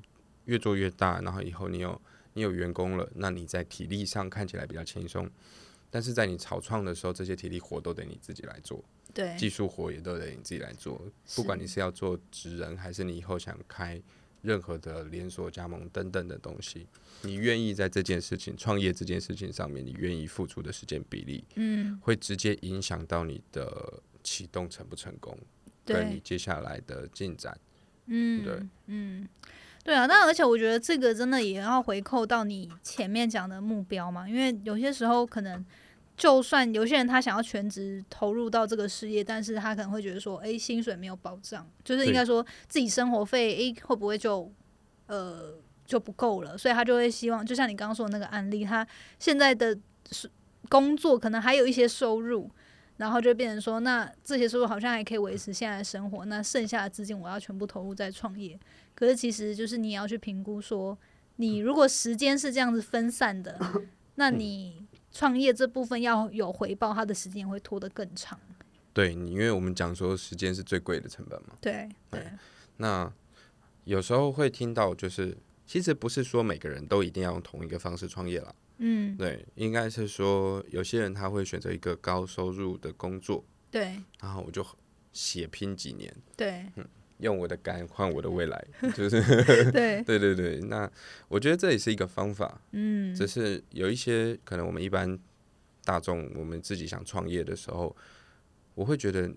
[SPEAKER 1] 越做越大，然后以后你有你有员工了，那你在体力上看起来比较轻松，但是在你草创的时候，这些体力活都得你自己来做，
[SPEAKER 2] 对
[SPEAKER 1] 技术活也都得你自己来做。不管
[SPEAKER 2] 是
[SPEAKER 1] 你是要做职人，还是你以后想开任何的连锁加盟等等的东西，你愿意在这件事情创业这件事情上面，你愿意付出的时间比例，
[SPEAKER 2] 嗯
[SPEAKER 1] 会直接影响到你的启动成不成功，跟你
[SPEAKER 2] 对
[SPEAKER 1] 接下来的进展。
[SPEAKER 2] 嗯
[SPEAKER 1] 对
[SPEAKER 2] 嗯，对啊，但而且我觉得这个真的也要回扣到你前面讲的目标嘛，因为有些时候可能，就算有些人他想要全职投入到这个事业，但是他可能会觉得说，诶，薪水没有保障，就是应
[SPEAKER 1] 对
[SPEAKER 2] 该说自己生活费，诶，会不会就呃就不够了，所以他就会希望，就像你刚刚说的那个案例，他现在的是工作可能还有一些收入。然后就变成说，那这些收入好像还可以维持现在的生活，那剩下的资金我要全部投入在创业。可是其实就是你也要去评估说，你如果时间是这样子分散
[SPEAKER 1] [laughs]
[SPEAKER 2] 的，那
[SPEAKER 1] 嗯
[SPEAKER 2] 你创业这部分要有回报，它的时间也会拖得更长。
[SPEAKER 1] 对，你因为我们讲说时间是最贵的成本嘛，
[SPEAKER 2] 对
[SPEAKER 1] 对，那有时候会听到就是，其实不是说每个人都一定要用同一个方式创业啦，
[SPEAKER 2] 嗯，
[SPEAKER 1] 对，应该是说有些人他会选择一个高收入的工作，
[SPEAKER 2] 对
[SPEAKER 1] 然后我就血拼几年，
[SPEAKER 2] 对
[SPEAKER 1] 用我的肝换我的未来，就是嗯
[SPEAKER 2] 对，
[SPEAKER 1] 对对对。那我觉得这也是一个方法，
[SPEAKER 2] 嗯，
[SPEAKER 1] 只是有一些可能我们一般大众我们自己想创业的时候，我会觉得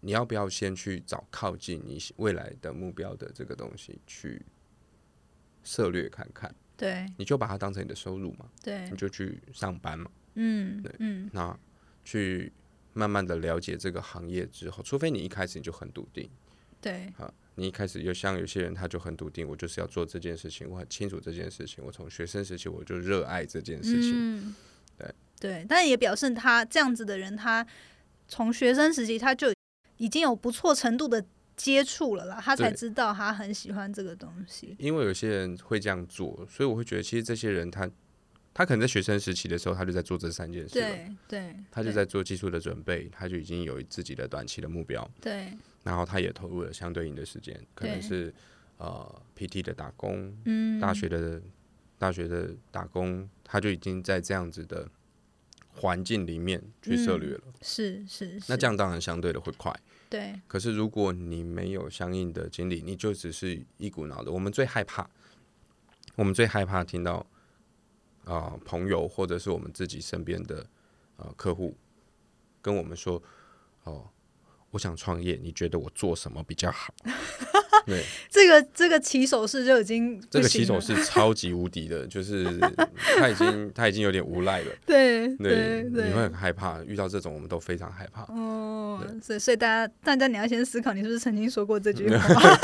[SPEAKER 1] 你要不要先去找靠近你未来的目标的这个东西去涉略看看？
[SPEAKER 2] 对
[SPEAKER 1] 你就把它当成你的收入嘛，
[SPEAKER 2] 对
[SPEAKER 1] 你，就去上班嘛，
[SPEAKER 2] 嗯嗯，
[SPEAKER 1] 那去慢慢的了解这个行业之后，除非你一开始你就很笃定。
[SPEAKER 2] 对
[SPEAKER 1] 啊，你一开始有像有些人他就很笃定，我就是要做这件事情，我很清楚这件事情，我从学生时期我就热爱这件事情。
[SPEAKER 2] 嗯，
[SPEAKER 1] 对
[SPEAKER 2] 对，但也表示他这样子的人，他从学生时期他就已经有不错程度的接触了啦，他才
[SPEAKER 1] 对
[SPEAKER 2] 知道他很喜欢这个东西。
[SPEAKER 1] 因为有些人会这样做，所以我会觉得其实这些人他他可能在学生时期的时候他就在做这三件事了，
[SPEAKER 2] 对对，
[SPEAKER 1] 他就
[SPEAKER 2] 对
[SPEAKER 1] 在做技术的准备，他就已经有自己的短期的目标，
[SPEAKER 2] 对，
[SPEAKER 1] 然后他也投入了相对应的时间，可能
[SPEAKER 2] 对
[SPEAKER 1] 是呃 PT 的打工，
[SPEAKER 2] 嗯，
[SPEAKER 1] 大学的大学的打工，他就已经在这样子的环境里面去涉
[SPEAKER 2] 嗯
[SPEAKER 1] 略了。
[SPEAKER 2] 是是是，
[SPEAKER 1] 那这样当然相对的会快。
[SPEAKER 2] 对
[SPEAKER 1] 可是如果你没有相应的经历，你就只是一股脑的。我们最害怕，我们最害怕听到啊、呃朋友或者是我们自己身边的呃客户跟我们说：“哦，我想创业，你觉得我做什么比较好？”
[SPEAKER 2] 啊
[SPEAKER 1] 对，
[SPEAKER 2] 这个这个起手式就已经
[SPEAKER 1] 这
[SPEAKER 2] 不
[SPEAKER 1] 个
[SPEAKER 2] 行
[SPEAKER 1] 起手
[SPEAKER 2] 了
[SPEAKER 1] 是超级无敌的，
[SPEAKER 2] [laughs]
[SPEAKER 1] 就是他已经他已经有点无赖了。
[SPEAKER 2] 对
[SPEAKER 1] 对，
[SPEAKER 2] 对，
[SPEAKER 1] 你会很害怕，遇到这种我们都非常害怕。 [laughs]
[SPEAKER 2] 哦，所以所以大家大家你要先思考，你是不是曾经说过
[SPEAKER 1] [laughs]
[SPEAKER 2] 这句话？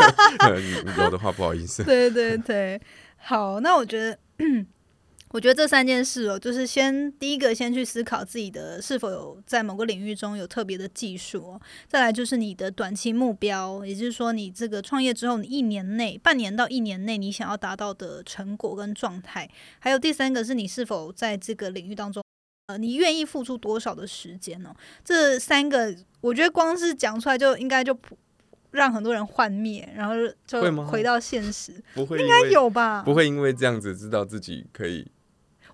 [SPEAKER 1] 有的话不好意思。
[SPEAKER 2] [laughs] 对对对，好，那我觉得，我觉得这三件事哦，就是先第一个先去思考自己的是否有在某个领域中有特别的技术、哦，再来就是你的短期目标，也就是说你这个创业之后，你一年内、半年到一年内你想要达到的成果跟状态，还有第三个是你是否在这个领域当中。呃，你愿意付出多少的时间呢、这三个，我觉得光是讲出来就应该就不让很多人幻灭，然后就
[SPEAKER 1] 会吗
[SPEAKER 2] 回到现实。
[SPEAKER 1] 不会应该
[SPEAKER 2] 有吧？
[SPEAKER 1] 不会因为这样子知道自己可以，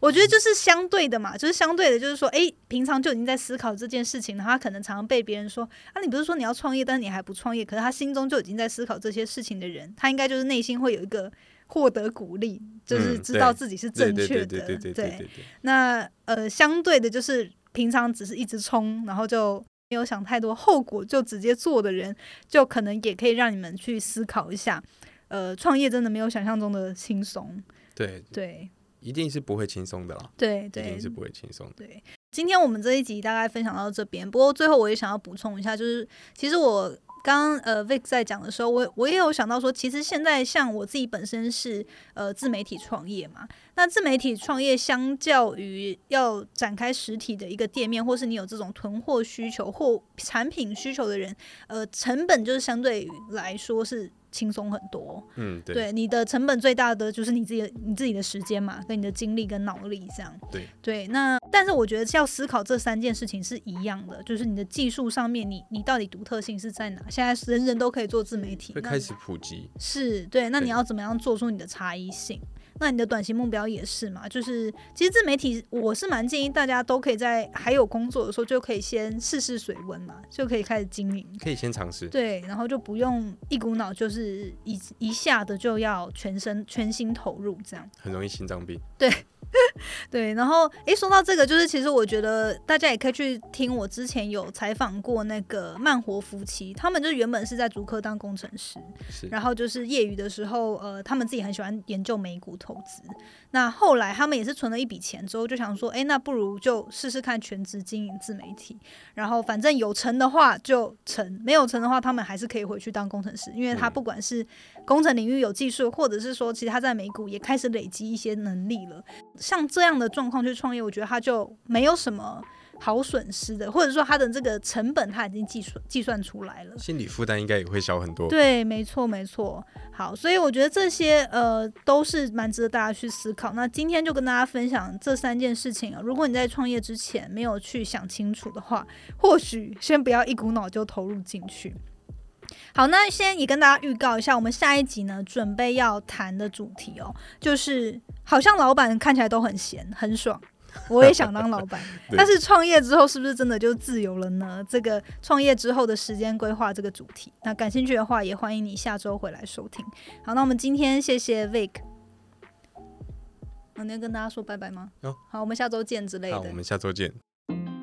[SPEAKER 2] 我觉得就是相对的嘛，就是相对的，就是说，诶，平常就已经在思考这件事情，然后他可能常常被别人说，啊，你不是说你要创业，但是你还不创业，可是他心中就已经在思考这些事情的人，他应该就是内心会有一个获得鼓励，就是
[SPEAKER 1] 嗯
[SPEAKER 2] 知
[SPEAKER 1] 对
[SPEAKER 2] 道自己是
[SPEAKER 1] 对
[SPEAKER 2] 正
[SPEAKER 1] 对
[SPEAKER 2] 确
[SPEAKER 1] 对
[SPEAKER 2] 的
[SPEAKER 1] 对，对对对对
[SPEAKER 2] 那呃，相对的就是平常只是一直冲，然后就没有想太多后果，就直接做的人，就可能也可以让你们去思考一下，呃，创业真的没有想象中的轻松，
[SPEAKER 1] 对，
[SPEAKER 2] 对
[SPEAKER 1] 一定是不会轻松的啦，
[SPEAKER 2] 对
[SPEAKER 1] 一
[SPEAKER 2] 对
[SPEAKER 1] 定是，不会轻松的。
[SPEAKER 2] 对，今天我们这一集大概分享到这边。不过最后我也想要补充一下，就是其实我刚刚呃 Vic 在讲的时候，我我也有想到说，其实现在像我自己本身是呃自媒体创业嘛，那自媒体创业相较于要展开实体的一个店面，或是你有这种囤货需求或产品需求的人，呃，成本就是相对于来说是轻松很多。
[SPEAKER 1] 嗯，对
[SPEAKER 2] 对，你的成本最大的就是你自己的你自己的时间嘛，跟你的精力跟脑力这样。
[SPEAKER 1] 对
[SPEAKER 2] 对，那但是我觉得要思考这三件事情是一样的，就是你的技术上面你，你到底独特性是在哪？现在人人都可以做自媒体，
[SPEAKER 1] 会
[SPEAKER 2] 那
[SPEAKER 1] 开始普及。
[SPEAKER 2] 是对，那你
[SPEAKER 1] 对
[SPEAKER 2] 要怎么样做出你的差异性？那你的短期目标也是嘛？就是其实自媒体，我是蛮建议大家都可以在还有工作的时候就可以先试试水温嘛，就可以开始经营。
[SPEAKER 1] 可以先尝试，
[SPEAKER 2] 对，然后就不用一股脑就是一一下子就要全身全心投入这样。
[SPEAKER 1] 很容易心脏病。
[SPEAKER 2] 对，然后诶，说到这个，就是其实我觉得大家也可以去听我之前有采访过那个慢活夫妻，他们就原本是在竹科当工程师，
[SPEAKER 1] 是，
[SPEAKER 2] 然后就是业余的时候，呃，他们自己很喜欢研究美股投资。那后来他们也是存了一笔钱之后，就想说，诶，那不如就试试看全职经营自媒体。然后反正有成的话就成，没有成的话，他们还是可以回去当工程师，因为他
[SPEAKER 1] 嗯
[SPEAKER 2] 不管是工程领域有技术，或者是说其实他在美股也开始累积一些能力了。像这样的状况去创业，我觉得他就没有什么。好损失的，或者说他的这个成本他已经计算计算出来了，
[SPEAKER 1] 心理负担应该也会小很多。
[SPEAKER 2] 对，没错，没错。好，所以我觉得这些呃都是蛮值得大家去思考。那今天就跟大家分享这三件事情啊。如果你在创业之前没有去想清楚的话，或许先不要一股脑就投入进去。好，那先也跟大家预告一下，我们下一集呢准备要谈的主题哦，就是好像老板看起来都很闲很爽，我也想当老 [laughs] 板，
[SPEAKER 1] 对
[SPEAKER 2] 但是创业之后是不是真的就自由了呢？这个创业之后的时间规划这个主题，那感兴趣的话也欢迎你下周回来收听。好，那我们今天谢谢 Vic，我、你要跟大家说拜拜吗？
[SPEAKER 1] 哦
[SPEAKER 2] 好，我们下周见之类
[SPEAKER 1] 那
[SPEAKER 2] 的
[SPEAKER 1] 我。们下周见。